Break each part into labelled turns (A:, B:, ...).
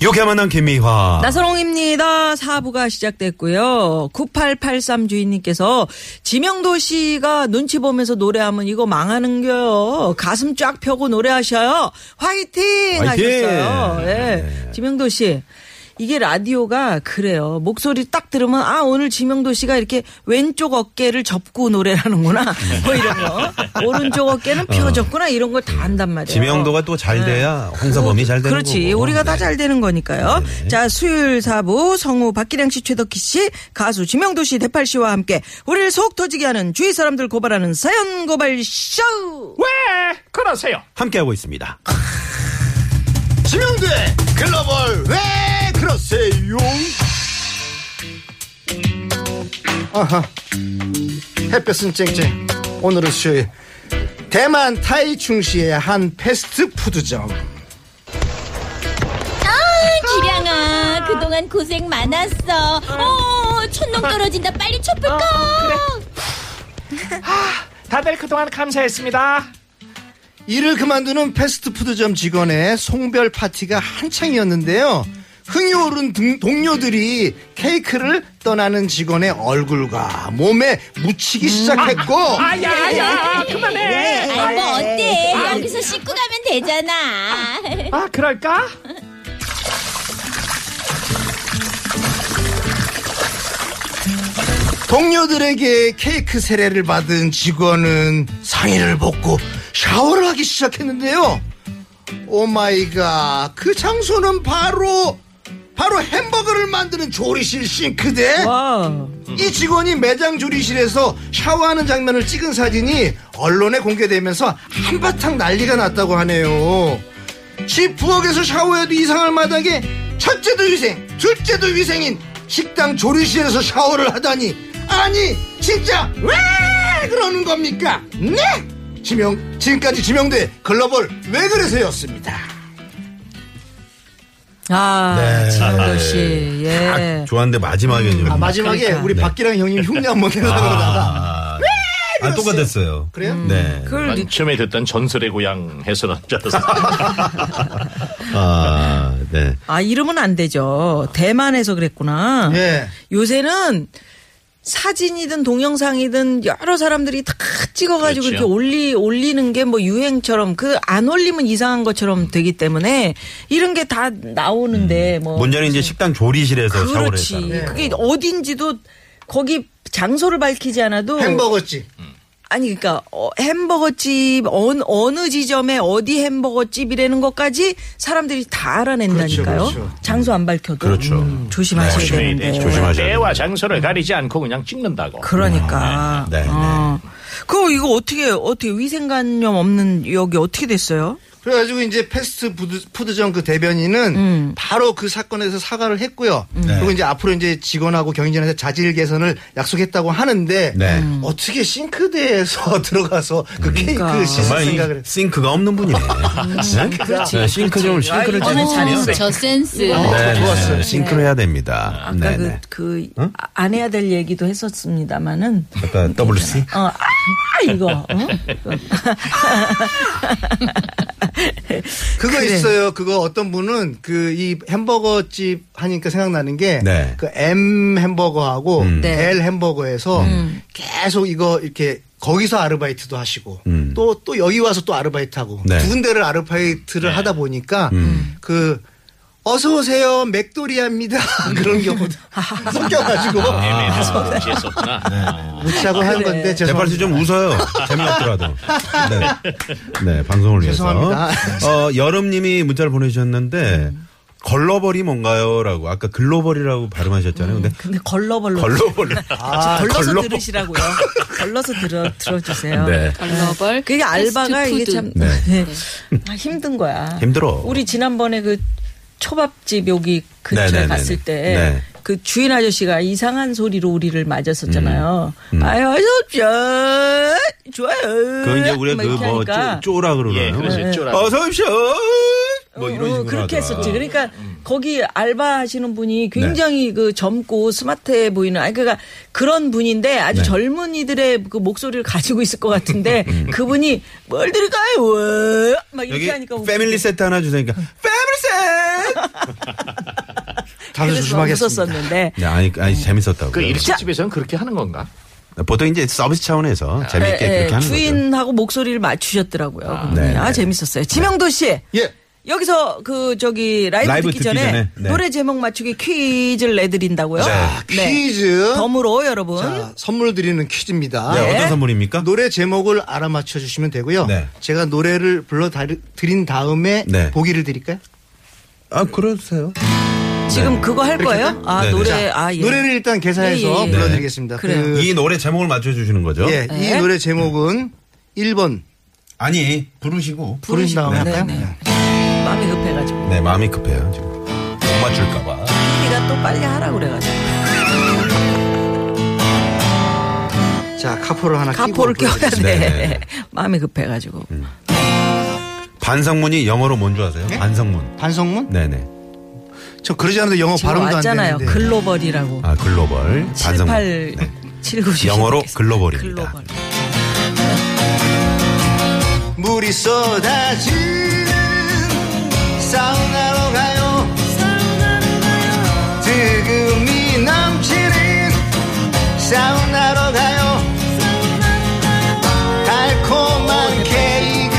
A: 이렇게 만난 김미화.
B: 나선홍입니다. 사부가 시작됐고요. 9883 주인님께서 지명도 씨가 눈치 보면서 노래하면 이거 망하는 거요. 가슴 쫙 펴고 노래하셔요.
A: 화이팅!
B: 화이팅! 하셨어요. 예. 지명도 씨. 이게 라디오가 그래요. 목소리 딱 들으면 아 오늘 지명도 씨가 이렇게 왼쪽 어깨를 접고 노래하는구나. 뭐 이런 거. 오른쪽 어깨는 펴졌구나 이런 걸 다 안단 말이에요.
A: 지명도가 또 잘 돼야 홍사범이 잘 되는
B: 네. 그렇지.
A: 거고. 네.
B: 우리가 다 잘 되는 거니까요. 자, 수요일 사부 성우 박기량 씨, 최덕희 씨, 가수 지명도 씨, 대팔 씨와 함께 우리를 속 터지게 하는 주위 사람들 고발하는 사연 고발 쇼.
C: 왜 그러세요?
A: 함께하고 있습니다.
D: 지명대 글로벌 왜 그러세요
C: 아하. 햇볕은 쨍쨍. 오늘은 수요일. 대만 타이충시의 한 패스트푸드점.
E: 기량아 그동안 고생 많았어 어 촌농 떨어진다 빨리 촛불 꺼
F: 다들 그동안 감사했습니다.
C: 일을 그만두는 패스트푸드점 직원의 송별 파티가 한창이었는데요. 흥이 오른 등- 동료들이 케이크를 떠나는 직원의 얼굴과 몸에 묻히기 시작했고
F: 아야야
B: 예.
F: 그만해.
E: 아이 뭐 어때 여기서 씻고 가면 되잖아
F: 아 그럴까?
C: 동료들에게 케이크 세례를 받은 직원은 상의를 벗고 샤워를 하기 시작했는데요. 오마이갓, 그 장소는 바로, 바로 햄버거를 만드는 조리실 싱크대.
B: 와.
C: 이 직원이 매장 조리실에서 샤워하는 장면을 찍은 사진이 언론에 공개되면서 한바탕 난리가 났다고 하네요. 집 부엌에서 샤워해도 이상할 마당에 첫째도 위생, 둘째도 위생인 식당 조리실에서 샤워를 하다니 아니 진짜 왜 그러는 겁니까? 네 지명 지금까지 지명대 글로벌 왜 그러세요였습니다.
B: 아,
A: 네.
B: 지명도 씨. 예.
A: 딱 아, 좋았는데 마지막에는 좀.
C: 네. 아, 마지막에 우리 박기랑 형님 흉내 한번 내려다가 나가
A: 아, 아, 또가 됐어요.
C: 그래요?
A: 네.
B: 그걸 느-
G: 처음에 듣던 전설의 고향 해설한 줄 알았어.
C: 음.
A: 아, 네.
B: 아, 이러면 안 되죠. 대만에서 그랬구나.
C: 예.
B: 요새는 사진이든 동영상이든 여러 사람들이 다 찍어가지고
G: 그렇죠.
B: 이렇게 올리 올리는 게 뭐 유행처럼 그 안 올리면 이상한 것처럼 되기 때문에 이런 게 다 나오는데 뭐
A: 음. 문제는 이제 식당 조리실에서 샤워를 했다.
B: 그렇지 그게 어딘지도 거기 장소를 밝히지 않아도
C: 햄버거집
B: 아니 그러니까 어, 햄버거집 어느, 어느 지점에 어디 햄버거집이라는 것까지 사람들이 다 알아낸다니까요.
C: 그렇죠, 그렇죠.
B: 장소 안 밝혀도 음,
A: 그렇죠.
B: 조심하셔야
G: 조심해야 아.
B: 되는데.
G: 돼.
A: 조심하셔야 돼요.
G: 때와 장소를 가리지 않고 그냥 찍는다고.
B: 그러니까.
A: 네, 네.
B: 어. 그럼 이거 어떻게 어떻게 위생관념 없는 여기 어떻게 됐어요?
C: 그래가지고 이제 패스트 푸드, 점그 대변인은 바로 그 사건에서 사과를 했고요. 그리고 이제 앞으로 이제 직원하고 경영진한테 자질 개선을 약속했다고 하는데
A: 네. 음.
C: 어떻게 싱크대에서 들어가서 그 케이크 씻을
A: 정말 이
C: 생각을 음, 했
A: 싱크가 없는 분이네. 그렇지. 싱크 좀, 싱크를
B: 아이고,
A: 좀.
B: 잘했어.
E: 저 센스
A: 네, 네.
C: 좋았어요.
A: 싱크를 해야 됩니다.
B: 아까
A: 네, 네.
B: 그 그 안 해야 될 얘기도 했었습니다마는
A: 아까 WC?
B: 어, 아, 이거. 어?
C: 그거
B: 그래.
C: 있어요. 그거 어떤 분은 그 이 햄버거 집 하니까 생각나는 게
A: 네.
C: 그 M 햄버거하고
B: 네.
C: L 햄버거에서 계속 이거 이렇게 거기서 아르바이트도 하시고
A: 음.
C: 또 또 여기 와서 또 아르바이트하고
A: 네.
C: 두 군데를 아르바이트를 하다 보니까 그 어서 오세요 맥도리아입니다
B: 음.
C: 그런 경우도 섞여가지고
G: 애매해서 그 재수없구나.
B: 아,
C: 무치하고 하는 건데
A: 대팔씨
C: 죄송합니다.
A: 좀 웃어요. 재미없더라도. 네. 네, 방송을 위해서.
C: 죄송합니다.
A: 어, 여름님이 문자를 보내주셨는데, 걸러버리 뭔가요? 라고. 아까 글로벌이라고 발음하셨잖아요. 근데
B: 근데 걸러벌러.
A: 걸러버리.
B: 걸러서
A: 아, 걸러-
B: 들으시라고요. 걸러서 들어 들어주세요.
A: 네.
E: 글로벌
B: 그게 알바가 이게 참
A: 네.
B: 아, 힘든 거야.
A: 힘들어.
B: 우리 지난번에 그 초밥집 여기 근처에
A: 네네네네.
B: 갔을 때
A: 네.
B: 그 주인 아저씨가 이상한 소리로 우리를 맞았었잖아요.
A: 음. 음.
B: 아유, 어서 오십시오. 좋아요.
A: 그 이제 우리가
B: 막 이렇게
A: 그뭐
B: 하니까.
A: 쪼라
G: 예,
A: 그러나요?
G: 그래서
A: 네.
G: 쪼라.
A: 어서 오십시오. 뭐
B: 어,
A: 이런 식으로
B: 그렇게
A: 하더라. 음, 네.
B: 했었지. 그러니까 거기 알바하시는 분이 굉장히 그 젊고 스마트해 보이는 아니 그러니까 그런 분인데 아주
A: 네.
B: 젊은이들의 그 목소리를 가지고 있을 것 같은데 그분이 뭘 드릴까요? 와! 막
A: 음.
B: 이렇게
A: 여기
B: 하니까
A: 패밀리 세트 하나 주세요. 그러니까 패밀리 세트.
C: 다들 조심하겠습니다.
B: 웃었었는데
A: 네, 아니 아니 재밌었다고.
G: 그
A: 요
G: 일식집에서는 그렇게 하는 건가?
A: 보통 이제 서비스 차원에서 재밌게
B: 예, 예,
A: 그렇게 하는 거죠.
B: 주인하고 목소리를 맞추셨더라고요. 아,
A: 네,
B: 아
A: 네.
B: 재밌었어요. 지명도 씨.
C: 예.
B: 여기서 그 저기 라이브,
A: 라이브
B: 듣기,
A: 듣기
B: 전에,
A: 전에, 네.
B: 노래 제목 맞추기 퀴즈를 내드린다고요. 네.
C: 자, 퀴즈.
B: 덤으로 여러분.
C: 자, 선물 드리는 퀴즈입니다.
A: 네, 어떤 선물입니까?
C: 노래 제목을 알아맞혀 주시면 되고요.
A: 네.
C: 제가 노래를 불러 드린 다음에
A: 네.
C: 보기를 드릴까요?
A: 아 그러세요.
B: 지금 그거 할 거예요? 아
A: 네, 네.
B: 노래
C: 자,
B: 아 예.
C: 노래를 일단
B: 예,
C: 개사해서
B: 예, 예.
C: 불러드리겠습니다.
B: 네. 그래요.
C: 그,
A: 이 노래 제목을 맞춰 주시는 거죠?
C: 예, 이
B: 네.
C: 노래 제목은 1번
A: 아니 부르시고.
C: 부르신 다음에 할까요?
B: 네, 네. 마음이 급해가지고
A: 네 마음이 급해요 지금. 못 맞출까봐.
B: PD가 또 빨리 하라 고 그래가지고
C: 자, 카포를 하나
B: 가포를
C: 끼고
B: 껴야 돼.
A: 네, 네.
B: 마음이 급해가지고
A: 반성문이 영어로 뭔 줄 아세요? 반성문.
C: 반성문?
A: 네네.
C: 저 그러지 않아도 영어
B: 지금
C: 발음도
B: 왔잖아요.
C: 안 되는데.
B: 글로벌이라고
A: 아 글로벌 반성문.
B: 78
A: 네.
B: 79
A: 영어로 글로벌입니다.
B: 글로벌
C: 물이 쏟아지는 사우나로 가요. 득음이 넘치는 사우나로 가요. 달콤한 케이크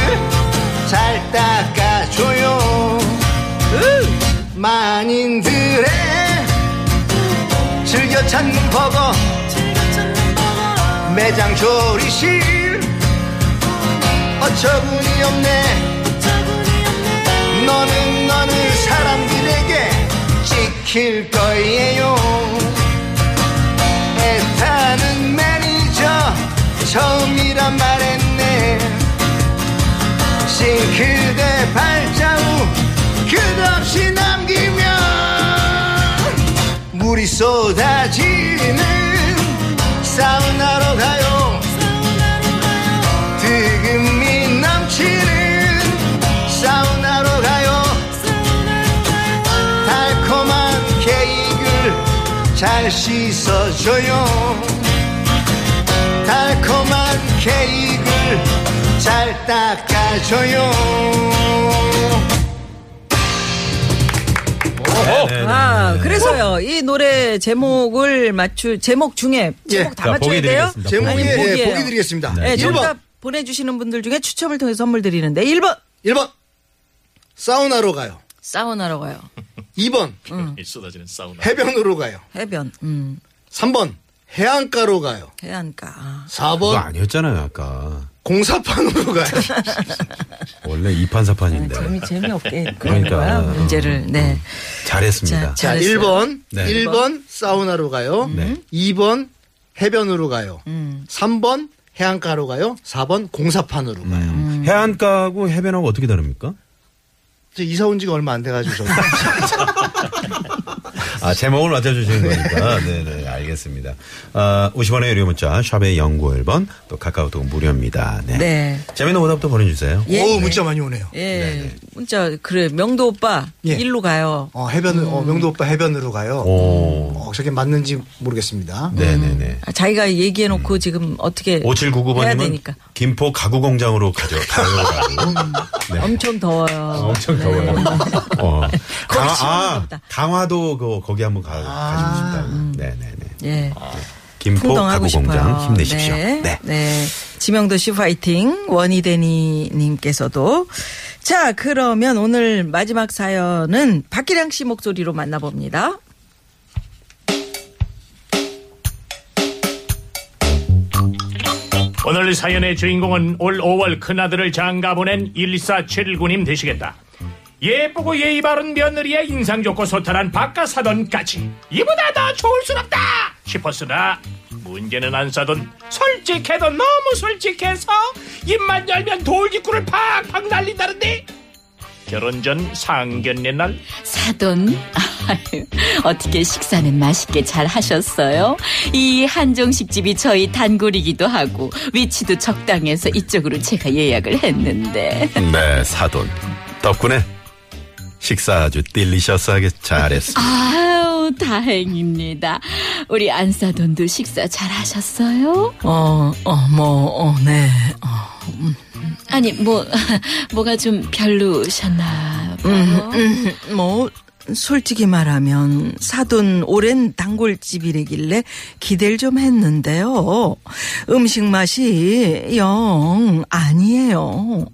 C: 잘 닦아줘요. 만인들의 즐겨 찾는 버거. 매장 조리실 어처구니 없네. 너는 너는 사람들에게 지킬 거예요. 애타는 매니저 처음이란 말했네. 싱크대 발자국 끝없이 남기면 물이 쏟아지는 사우나로 가요. 득음이 넘치는 사우나로 가요 달콤한 케이크를 잘 씻어줘요 달콤한 케이크를 잘 닦아줘요
A: 네,
B: 아 그래서요 이 노래 제목을 맞출 제목 중에 제목 다
A: 자,
B: 맞춰야
A: 보기
B: 돼요?
A: 드리겠습니다.
C: 제목에
B: 아니, 보기예요.
C: 예, 보기 드리겠습니다
B: 네,
C: 일
B: 정답
C: 1번
B: 보내주시는 분들 중에 추첨을 통해 서 선물 드리는데 1번
C: 1번 사우나로 가요
B: 사우나로 가요
C: 2번
G: 쏟아지는 사우나.
C: 해변으로 가요
B: 해변 음
C: 3번 해안가로 가요
B: 해안가 아.
A: 그거
C: 4번
A: 아니었잖아요 아까.
C: 공사판으로 가요
A: 원래 이판사판인데
B: 네, 재미 재미없게 그런
A: 네. 그러니까. 음.
B: 거야 문제를 네
A: 잘했습니다.
B: 자,
C: 자,
B: 잘했어요.
C: 1번.
A: 네.
C: 1번 사우나로 가요.
A: 네.
C: 2번 해변으로 가요. 3번 해안가로 가요. 4번 공사판으로 가요.
A: 음. 해안가하고 해변하고 어떻게 다릅니까?
C: 저 이사 온 지가 얼마 안 돼가지고 저도.
A: 아, 제목을 맞춰주시는 거니까. 네네, 알겠습니다. 아, 50원의 유료 문자, 샵의 0951번, 또 카카오톡 무료입니다. 네.
B: 네.
A: 재밌는 오답도 보내주세요.
B: 예.
C: 오, 문자 많이 오네요.
B: 예 문자 그래 명도 오빠
C: 예.
B: 일로 가요
C: 어, 해변, 어, 명도 오빠 해변으로 가요.
B: 음.
A: 오.
C: 어, 저게 맞는지 모르겠습니다.
A: 네네네.
B: 아, 자기가 얘기해놓고
A: 음.
B: 지금 어떻게 해야
A: 5799번님은
B: 되니까 음.
A: 김포 가구공장으로 가죠. 가요라고. 네.
B: 아, 엄청 더워요
A: 엄청 더워요. 어. 강화,
B: 시원한가
A: 아,
B: 보다.
A: 강화도 그, 거기 한번 가, 가시고 싶다고. 네네네.
B: 예
A: 김포
B: 풍덩하고 싶어요.
A: 아, 가구공장 힘내십시오.
B: 네.
A: 네.
B: 네. 지명도 씨 파이팅. 원희대니 님께서도. 자, 그러면 오늘 마지막 사연은 박기량 씨 목소리로 만나봅니다.
G: 오늘 사연의 주인공은 올 5월 큰아들을 장가 보낸 1479님 되시겠다. 예쁘고 예의 바른 며느리에 인상 좋고 소탈한 박가사돈까지 이보다 더 좋을 순 없다 싶었으나 문제는 안 사돈 솔직해도 너무 솔직해서 입만 열면 돌직구를 팍팍 날린다는데 결혼 전 상견례 날
H: 사돈, 아유, 어떻게 식사는 맛있게 잘 하셨어요? 이 한정식 집이 저희 단골이기도 하고 위치도 적당해서 이쪽으로 제가 예약을 했는데
A: 네, 사돈. 덕분에 식사 아주 딜리셔스하게 잘했어.
H: 아유 다행입니다. 우리 안사돈도 식사 잘 하셨어요?
B: 어, 어, 뭐, 어, 네. 어.
H: 아니 뭐 뭐가 좀 별로셨나 봐요.
B: 뭐, 솔직히 말하면 사돈 오랜 단골집이래길래 기대를 좀 했는데요. 음식 맛이 영 아니에요.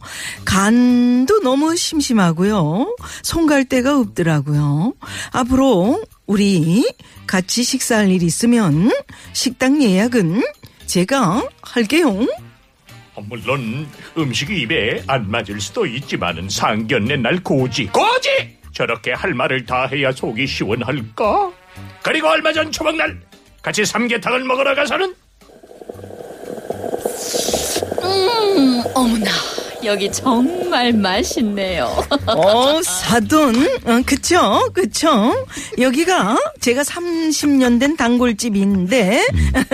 B: 간도 너무 심심하고요. 손갈 데가 없더라고요. 앞으로 우리 같이 식사할 일 있으면 식당 예약은 제가 할게요.
G: 어, 물론 음식이 입에 안 맞을 수도 있지만은 상견례 날 고지 고지 저렇게 할 말을 다 해야 속이 시원할까? 그리고 얼마 전 초복날 같이 삼계탕을 먹으러 가서는
H: 음, 어머나 여기 정말 맛있네요.
B: 어, 사돈. 어, 그쵸, 그쵸. 여기가 제가 30년 된 단골집인데.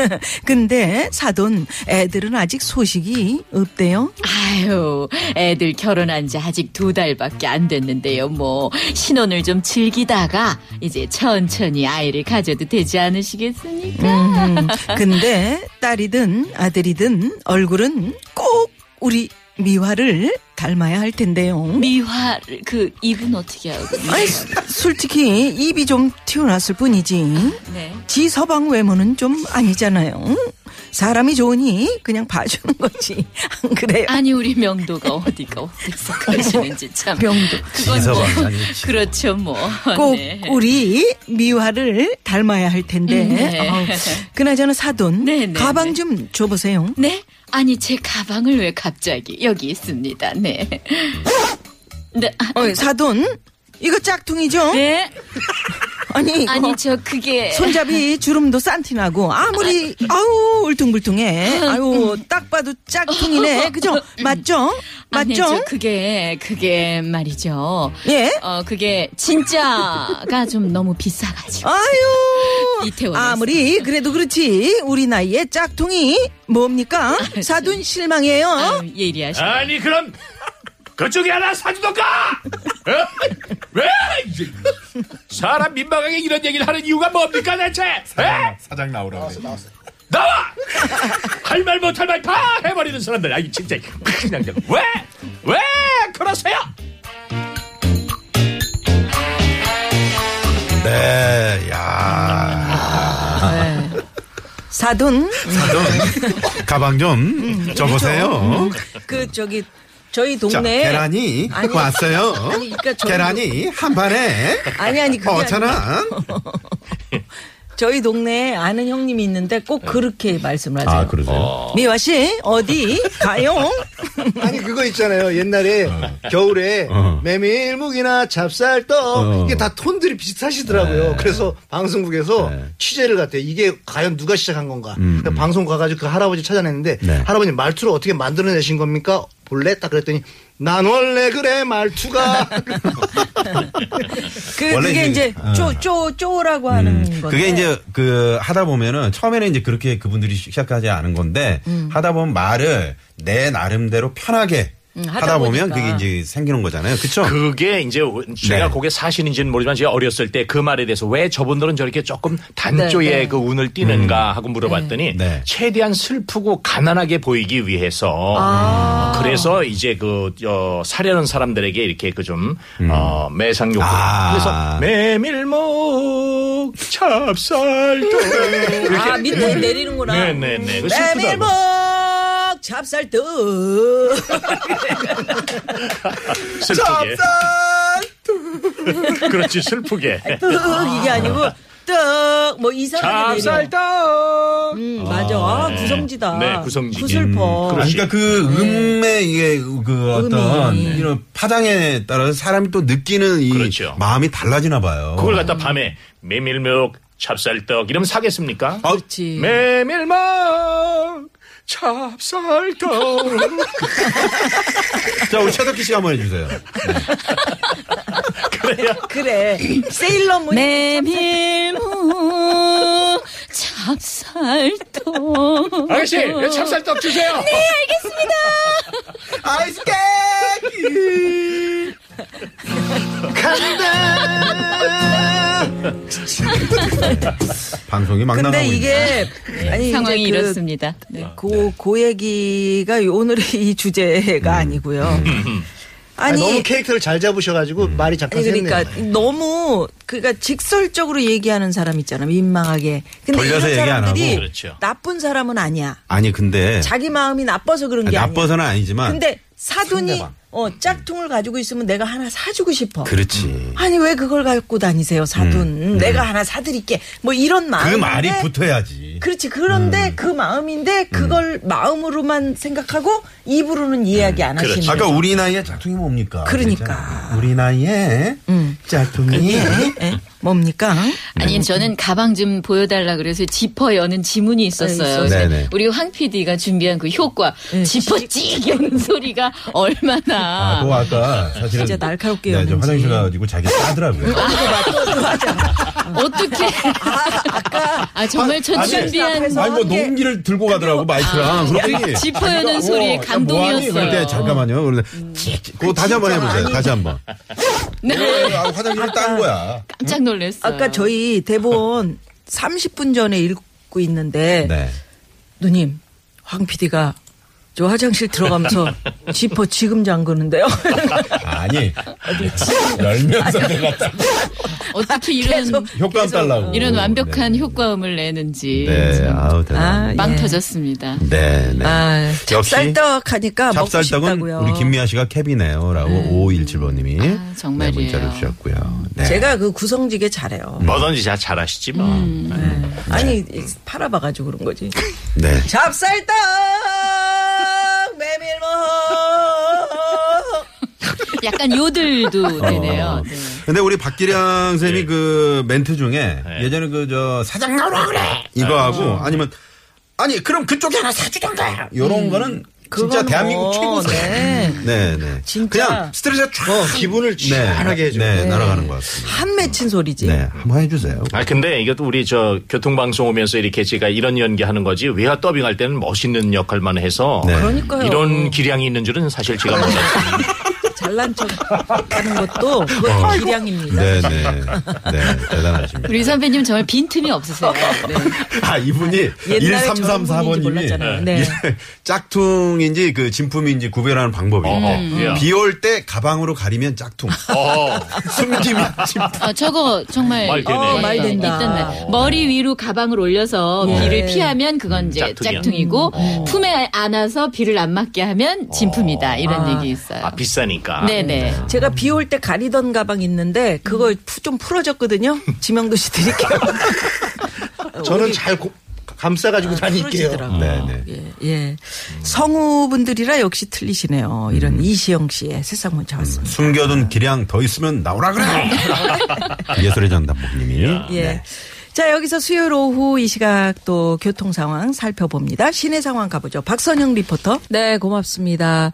B: 근데 사돈, 애들은 아직 소식이 없대요.
H: 아유, 애들 결혼한 지 아직 두 달밖에 안 됐는데요. 뭐 신혼을 좀 즐기다가 이제 천천히 아이를 가져도 되지 않으시겠습니까?
B: 음, 근데 딸이든 아들이든 얼굴은 꼭 우리 미화를 닮아야 할 텐데요.
H: 미화 그 입은 어떻게 하고?
B: 아이, 솔직히 입이 좀 튀어났을 뿐이지.
H: 네.
B: 지 서방 외모는 좀 아니잖아요. 사람이 좋으니 그냥 봐주는 거지. 안 그래요?
H: 아니 우리 명도가 어디가 어디서 그러시는지 참.
B: 명도.
H: 그건 뭐
A: 지서방 아니지.
H: 그렇죠 뭐.
B: 꼭
H: 네.
B: 우리 미화를 닮아야 할 텐데.
H: 네.
B: 아우, 그나저나 사돈
H: 네, 네,
B: 가방
H: 네.
B: 좀 줘보세요.
H: 네? 아니 제 가방을 왜 갑자기 여기 있습니다. 네. 네. 아,
B: 어, 사돈 이거 짝퉁이죠?
H: 네.
B: 아니 이거
H: 아니 저 그게
B: 손잡이 주름도 산티나고 아무리 아우 울퉁불퉁해. 아유 딱 봐도 짝퉁이네. 그죠? 맞죠?
H: 음. 아니,
B: 맞죠?
H: 저 그게 그게 말이죠.
B: 예.
H: 어 그게 진짜가 좀 너무
B: 어?
H: 비싸가지고.
B: 아유
H: 이태원에서.
B: 아무리 그래도 그렇지 우리 나이에 짝퉁이 뭡니까 사돈 실망이에요
H: 아유, 예리하시.
G: 아니 그럼 그쪽에 하나 사주던가 어? 왜 이제 사람 민망하게 이런 얘기를 하는 이유가 뭡니까 대체 에?
A: 사장 나오라고.
G: 나와 할 말 못할 말 다 해버리는 사람들 아이 진짜 그냥 왜왜 그러세요
A: 네, 야.
B: 사돈
A: 사돈. 가방 좀 적으세요.
B: 그 저기 저희
A: 그렇죠. 음. 자,
B: 음. 동네
A: 계란이
B: 아니.
A: 왔어요.
B: 아니, 그러니까 저희도-
A: 계란이 한 반에
B: 아니 아니 그게 아니라
A: 어천원.
B: 저희 동네에 아는 형님이 있는데 꼭 그렇게 말씀을 하세요
A: 네. 아, 그러세요?
B: 미화 씨 어디 가요
C: 아니 그거 있잖아요 옛날에 겨울에
A: 어.
C: 메밀묵이나 찹쌀떡
A: 어. 네.
C: 이게 다 톤들이 비슷하시더라고요 그래서 방송국에서 취재를 갔대요 이게 과연 누가 시작한 건가 그래서 방송 가가지고 그 할아버지 찾아냈는데
A: 음, 네.
C: 할아버지 말투를 어떻게 만들어내신 겁니까 볼래 딱 그랬더니 난 원래 그래 말투가
B: 그
A: 원래
B: 그게
A: 이제- 아.
B: 이제 쪼쪼 쪼라고 하는 건데
A: 그게 이제 그 하다 보면은 처음에는 이제 그렇게 그분들이 시작하지 않은 건데 하다 보면 말을 내 나름대로 편하게 하다,
B: 하다
A: 보면 그게
B: 보니까.
A: 이제 생기는 거잖아요. 그쵸?
G: 그게 이제 제가
A: 어. 네.
G: 그게 사실인지는 모르지만 제가 어렸을 때 그 말에 대해서 왜 저분들은 저렇게 조금 단조의
B: 네, 네.
G: 그 운을 띠는가 하고 물어봤더니
A: 음. 네.
G: 최대한 슬프고 가난하게 보이기 위해서
B: 아.
G: 그래서 이제 그 어, 사려는 사람들에게 이렇게 그 좀 어, 매상 욕구
A: 음. 아.
G: 그래서
A: 음.
G: 메밀목 찹쌀떡 네.
B: 아 밑에 내리는구나
G: 네네네 그
A: 뭐.
B: 메밀묵 찹쌀떡
G: 슬프게 그렇지 슬프게
B: 떡 이게 아니고 떡뭐 이상하게 내려
G: 찹쌀떡
B: 음, 맞아. 아, 구성지다.
G: 네, 구성지기.
B: 구슬퍼.
G: 음, 그렇지.
A: 그러니까 그 음의 이게 그 어떤 이런 파장에 따라서 사람이 또 느끼는 이
G: 그렇죠.
A: 마음이 달라지나 봐요.
G: 그걸 갖다 밤에
B: 예.
G: 메밀묵 찹쌀떡 이러면 사겠습니까?
A: 아,
B: 그렇지.
G: 메밀묵 찹쌀가루
A: 어, 자, 우리 최덕기 씨 한번 해주세요.
B: 그래. 세일러문.
H: 메밀무 찹쌀떡
G: 아저씨 내 찹쌀떡 주세요
D: 아이스 깨끼 간다
A: 방송이 막
B: 근데
A: 나가고 있네.
B: 이게 아니
H: 상황이
B: 이제 그
H: 이렇습니다. 네.
B: 고, 고 얘기가 오늘의 이
A: 음.
B: 주제가 아니고요.
C: 아니,
B: 아니,
C: 너무 캐릭터를 잘 잡으셔가지고
A: 음.
C: 말이 잠깐
B: 아니
C: 샜네요.
B: 그러니까 너무 그러니까 직설적으로 얘기하는 사람 있잖아 민망하게. 근데
A: 돌려서
B: 이런
A: 얘기 안
B: 사람들이
A: 하고.
G: 그렇죠.
B: 나쁜 사람은 아니야.
A: 아니, 근데.
B: 자기 마음이 나빠서 그런 게 아니야.
A: 나빠서는 아니지만.
B: 근데 사돈이
A: 상대방.
B: 어, 짝퉁을 가지고 있으면 내가 하나 사주고 싶어.
A: 그렇지.
B: 아니 왜 그걸 갖고 다니세요 사돈? 내가 하나 사드릴게. 뭐 이런 마음.
A: 음. 그 말이 붙어야지.
B: 그렇지. 그런데 그 마음인데 그걸 마음으로만 생각하고 입으로는 이야기 안 하시는.
A: 음. 아까 우리 나이에 짝퉁이 뭡니까?
B: 그러니까.
A: 그랬잖아요. 우리 나이에 짝퉁이.
B: 에? 예? 뭡니까?
H: 아니 저는 가방 좀 보여달라 그래서 지퍼 여는 지문이 있었어요.
B: 아, 네,
H: 그래서
A: 네네.
H: 우리 황 PD가 준비한 그 효과 지퍼 찍 여는 소리가 얼마나
A: 아, 그거 아까 사실은.
B: 진짜 날카롭게
A: 네, 저
B: 여는지.
A: 화장실 가가지고 자기 싸더라고요.
H: 어떻게 아, 정말 저
A: 아니,
H: 준비한
B: 네. 앞에서
A: 아니, 뭐
B: 이게-
A: 농기를 들고 가더라고, 마이크랑. 그랬더니.
H: 지퍼 여는
A: 어, 야,
H: 소리에
A: 뭐하니? 그럴 때
H: 감동이었어요.
A: 잠깐만요. 그런데 그거 다시 한번 해보세요. 다시 한 번. 네. 아, 화장실을 딴 거야.
H: 깜짝 놀랐어요.
B: 아까 저희 대본 30분 전에 읽고 있는데
A: 네.
B: 누님 황 PD가 저 화장실 들어가면서 지퍼 지금 잠그는데요.
A: 아니. 열면서 내가 딴
H: 어떻게 이런
A: 효과음 달라고.
H: 이런 완벽한
A: 네.
H: 효과음을 내는지
A: 네, 아우, 대단.
B: 아,
H: 빵
B: 예.
H: 터졌습니다.
A: 네, 네.
B: 아,
A: 역시
B: 찹쌀떡 하니까 먹고
A: 찹쌀떡은
B: 싶다고요.
A: 우리 김미아 씨가 캡이네요라고 5517번님이
H: 아, 정말이에요.
A: 네, 문자를 주셨고요. 네.
B: 제가 그 구성지게 잘해요.
G: 뭐든지 다 잘하시지 뭐
A: 음.
B: 아니 팔아봐가지고 그런 거지.
A: 네.
B: 찹쌀떡 메밀묵
H: 약간 요들도 되네요. 네.
A: 근데 우리 박기량 쌤이
C: 예.
A: 그 멘트 중에 예전에 그 저 사장 나오라 그래
C: 음.
A: 이거하고 아니면 아니 그럼 그쪽에 하나 사주던가 요런 거는 진짜
B: 음, 그건
A: 대한민국 최고
B: 뭐, 네.
A: 네, 네.
B: 진짜.
A: 그냥 스트레스 쫙
C: 어, 기분을 시원하게 해줘.
A: 네, 날아가는 것 같습니다.
B: 한 맺힌 소리지.
A: 네, 한번 해주세요.
G: 아 근데 이것도 우리 저 교통방송 오면서 이렇게 제가 이런 연기하는 거지 외화 더빙할 때는 멋있는 역할만 해서
A: 네.
B: 그러니까요.
G: 이런 기량이 있는 줄은 사실 제가 몰랐어요.
B: 잘난 척 하는 것도 그것도 기량입니다.
A: 네, 네, 네, 대단하십니다.
H: 우리 선배님 정말 빈틈이 없으세요. 네.
A: 아 이분이
B: 옛날에 저런 분인지
A: 1334번님이 예,
B: 몰랐잖아요. 네.
A: 짝퉁인지 그 진품인지 구별하는 방법이
G: 어허,
B: 음.
G: 예.
A: 비 올 때 가방으로 가리면 짝퉁.
G: 어.
A: 숨기면 진품.
H: 아, 저거 정말 네.
G: 말 되네. 어,
B: 말 된다.
H: 있던 날. 머리 위로 가방을 올려서 비를 피하면 그건 이제
G: 짝퉁이야.
H: 짝퉁이고 품에 안아서 비를 안 맞게 하면 진품이다 이런 얘기 있어요.
G: 아 비싸니까.
H: 네네.
B: 제가 비 올 때 가리던 가방 있는데 그거
C: 음.
B: 푸- 좀 풀어졌거든요. 지명도 씨 드릴게요.
C: 저는 잘 고-
B: 아,
C: 감싸가지고 다닐게요.
B: 풀어지더라고요.
A: 네, 네.
B: 예, 예. 성우분들이라 역시 틀리시네요. 이런
A: 음.
B: 이시영 씨의 세상 문자 왔습니다.
A: 숨겨둔 기량 더 있으면 나오라 그래. 예술의 전담복님이.
B: 음. 예.
A: 네.
B: 자, 여기서 수요일 오후 이 시각 또 교통 상황 살펴봅니다. 시내 상황 가보죠. 박선영 리포터. 네, 고맙습니다.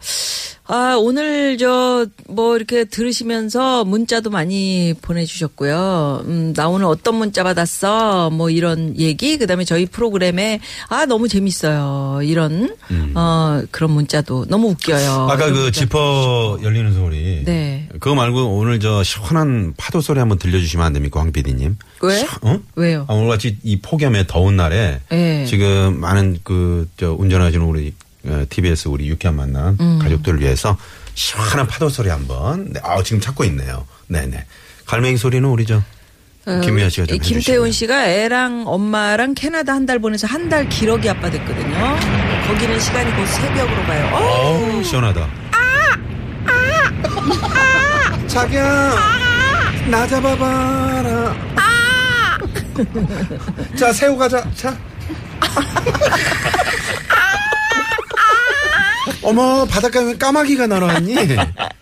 B: 아, 오늘 저 뭐 이렇게 들으시면서 문자도 많이 보내주셨고요. 음, 나 오늘 어떤 문자 받았어? 뭐 이런 얘기. 그 다음에 저희 프로그램에 아, 너무 재밌어요. 이런, 어, 그런 문자도 너무 웃겨요.
A: 음.
B: 네.
A: 아까
B: 이런
A: 그
B: 문자도
A: 지퍼 열리는 소리.
B: 네.
A: 그거 말고 오늘 저 시원한 파도 소리 한번 들려주시면 안 됩니까, 황 PD님?
B: 왜?
A: 어?
B: 왜요?
A: 아, 오늘 같이 이 폭염에 더운 날에
B: 예.
A: 지금 많은 그 저 운전하시는 우리 어, TBS 우리 유쾌한 만남
B: 음.
A: 가족들을 위해서 시원한 파도 소리 한번. 네. 아 지금 찾고 있네요. 네네. 갈매기 소리는 우리 저 김미아 씨가 좀
B: 어, 이 김태훈 씨가 애랑 엄마랑 캐나다 한 달 보내서 한 달 기러기 아빠 됐거든요. 거기는 시간이 곧 새벽으로 가요. 어?
A: 어우 시원하다.
D: 자기야 나 잡아봐라 자 새우 가자 자 어머 바닷가에 왜 까마귀가 날아왔니?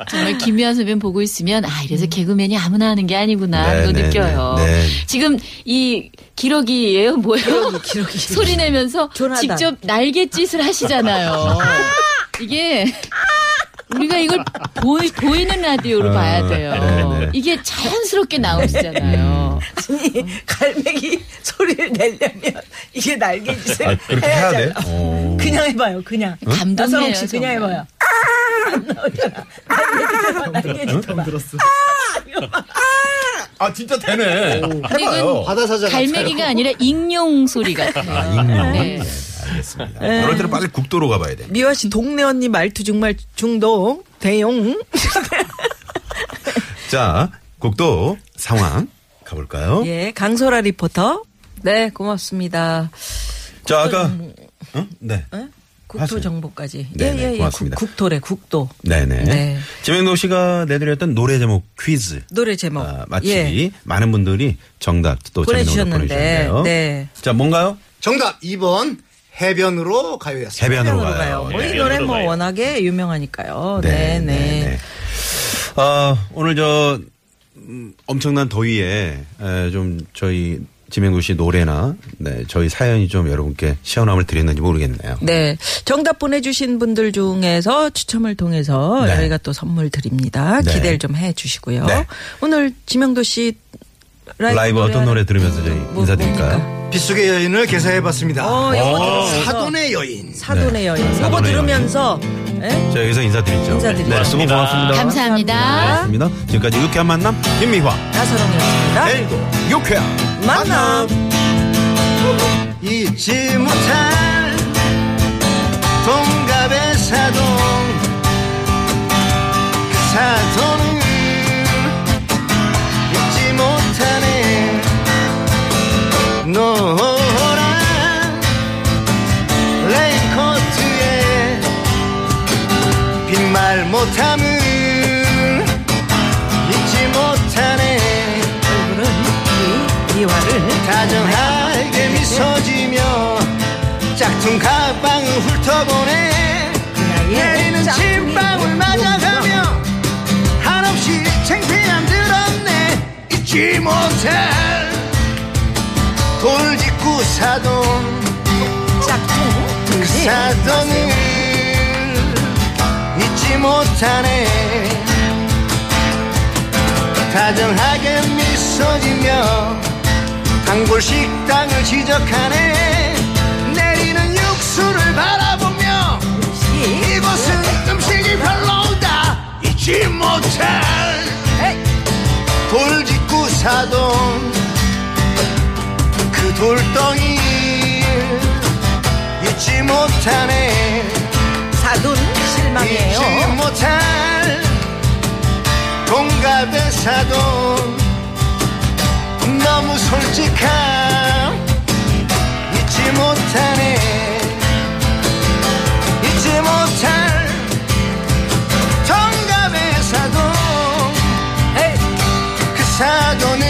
H: 정말 김유한 선배님 보고 있으면 아 이래서 개그맨이 아무나 하는 게 아니구나
A: 네,
H: 그거
A: 네,
H: 느껴요.
A: 네, 네.
H: 지금 이 기러기예요 뭐예요?
B: 기러기.
H: 소리 내면서
B: 네. 조나단.
H: 직접 날갯짓을 하시잖아요. 이게 우리가 이걸 보, 이는 라디오로
A: 어,
H: 봐야 돼요.
A: 네, 음, 네.
H: 이게 자연스럽게 나오시잖아요.
B: 아니 갈매기 소리를 내려면 이게 날개짓을
A: 아, 그렇게 해야
B: 해야죠.
A: 돼? 어.
B: 그냥 해봐요. 그냥.
H: 감동이에요,
B: 나선홍 씨 그냥
H: 정말.
B: 해봐요. 아! 안 나오잖아. 날개짓 해봐.
A: 아 진짜 되네.
H: 이건
C: 바다사자
H: 갈매기가 아니라 익룡 소리 같아요.
A: 어. 익룡.
H: 네.
A: 알겠습니다.
B: 네.
A: 그럴 때는 빨리 국도로 가봐야 돼.
B: 미화 씨 동네 언니 말투 정말 중동 대용.
A: 자, 국도 상황 가볼까요?
B: 예, 강소라 리포터. 네, 고맙습니다.
A: 자, 아까 응? 네.
B: 예? 국토
A: 맞습니다.
B: 정보까지.
A: 네네,
B: 예, 예, 예.
A: 고맙습니다.
B: 국, 토래 국도.
A: 네네.
B: 네.
A: 지명도 씨가 내드렸던 노래 제목 퀴즈.
B: 노래 제목.
A: 아, 마치
B: 예.
A: 많은 분들이 정답 또 재미있는 걸
B: 보내주셨는데,
A: 보내주셨는데요.
B: 네.
A: 자, 뭔가요?
C: 정답 2번 해변으로 가요였습니다.
A: 해변으로
B: 해변으로
A: 가요.
B: 가요.
A: 네.
B: 뭐이 노래 뭐 워낙에 유명하니까요.
A: 네, 네,
B: 네, 네.
A: 네. 아, 오늘 저 음, 엄청난 더위에 에, 좀 저희 지명구 씨 노래나 네, 저희 사연이 좀 여러분께 시원함을 드렸는지 모르겠네요.
B: 네. 정답 보내주신 분들 중에서 추첨을 통해서
A: 네.
B: 저희가 또 선물 드립니다.
A: 네.
B: 기대를 좀 해 주시고요.
A: 네.
B: 오늘 지명도 씨 라이브,
A: 라이브 어떤
B: 노래하는-
A: 노래 들으면서 저희
B: 뭐,
A: 인사드릴까요?
B: 뭡니까?
C: 빗속의 여인을 개사해봤습니다.
B: 어, 이거 들으면서
C: 사돈의 여인.
B: 사돈의
A: 네.
B: 여인. 이거
A: 사돈의
B: 들으면서 예?
A: 자, 여기서 인사드리죠.
B: 인사드리죠.
A: 네, 수고 고맙습니다.
H: 감사합니다.
A: 고맙습니다. 지금까지 유쾌한 만남 김미화.
B: 나선홍이었습니다.
A: 내일도 유쾌한
B: 만남.
C: 잊지 못할 동갑의 사돈 그 사돈을 잊지 못하네 노란 레인코트에 빈말 못함을 잊지 못하네
B: 얼굴은 이 미화를
C: 다정하게 미소 지며 짝퉁 가방을 훑어보네
B: 예,
C: 내리는 침방울
B: 음,
C: 맞아가며 한없이 창피함 들었네 잊지 못할 돌직구 사돈
B: 짝퉁
C: 그
B: 등지.
C: 사돈을 잊지 못하네 다정하게 미소지며 단골 식당을 지적하네 내리는 육수를 바라보며 이곳은 음식이 별로다 잊지 못할 돌직구 사돈 그 돌덩이 잊지 못하네
B: 사돈 실망해요.
C: 잊지 못할 동갑의 사돈 너무 솔직함 잊지 못하네 잊지 못할 동갑의 사돈 그 사돈을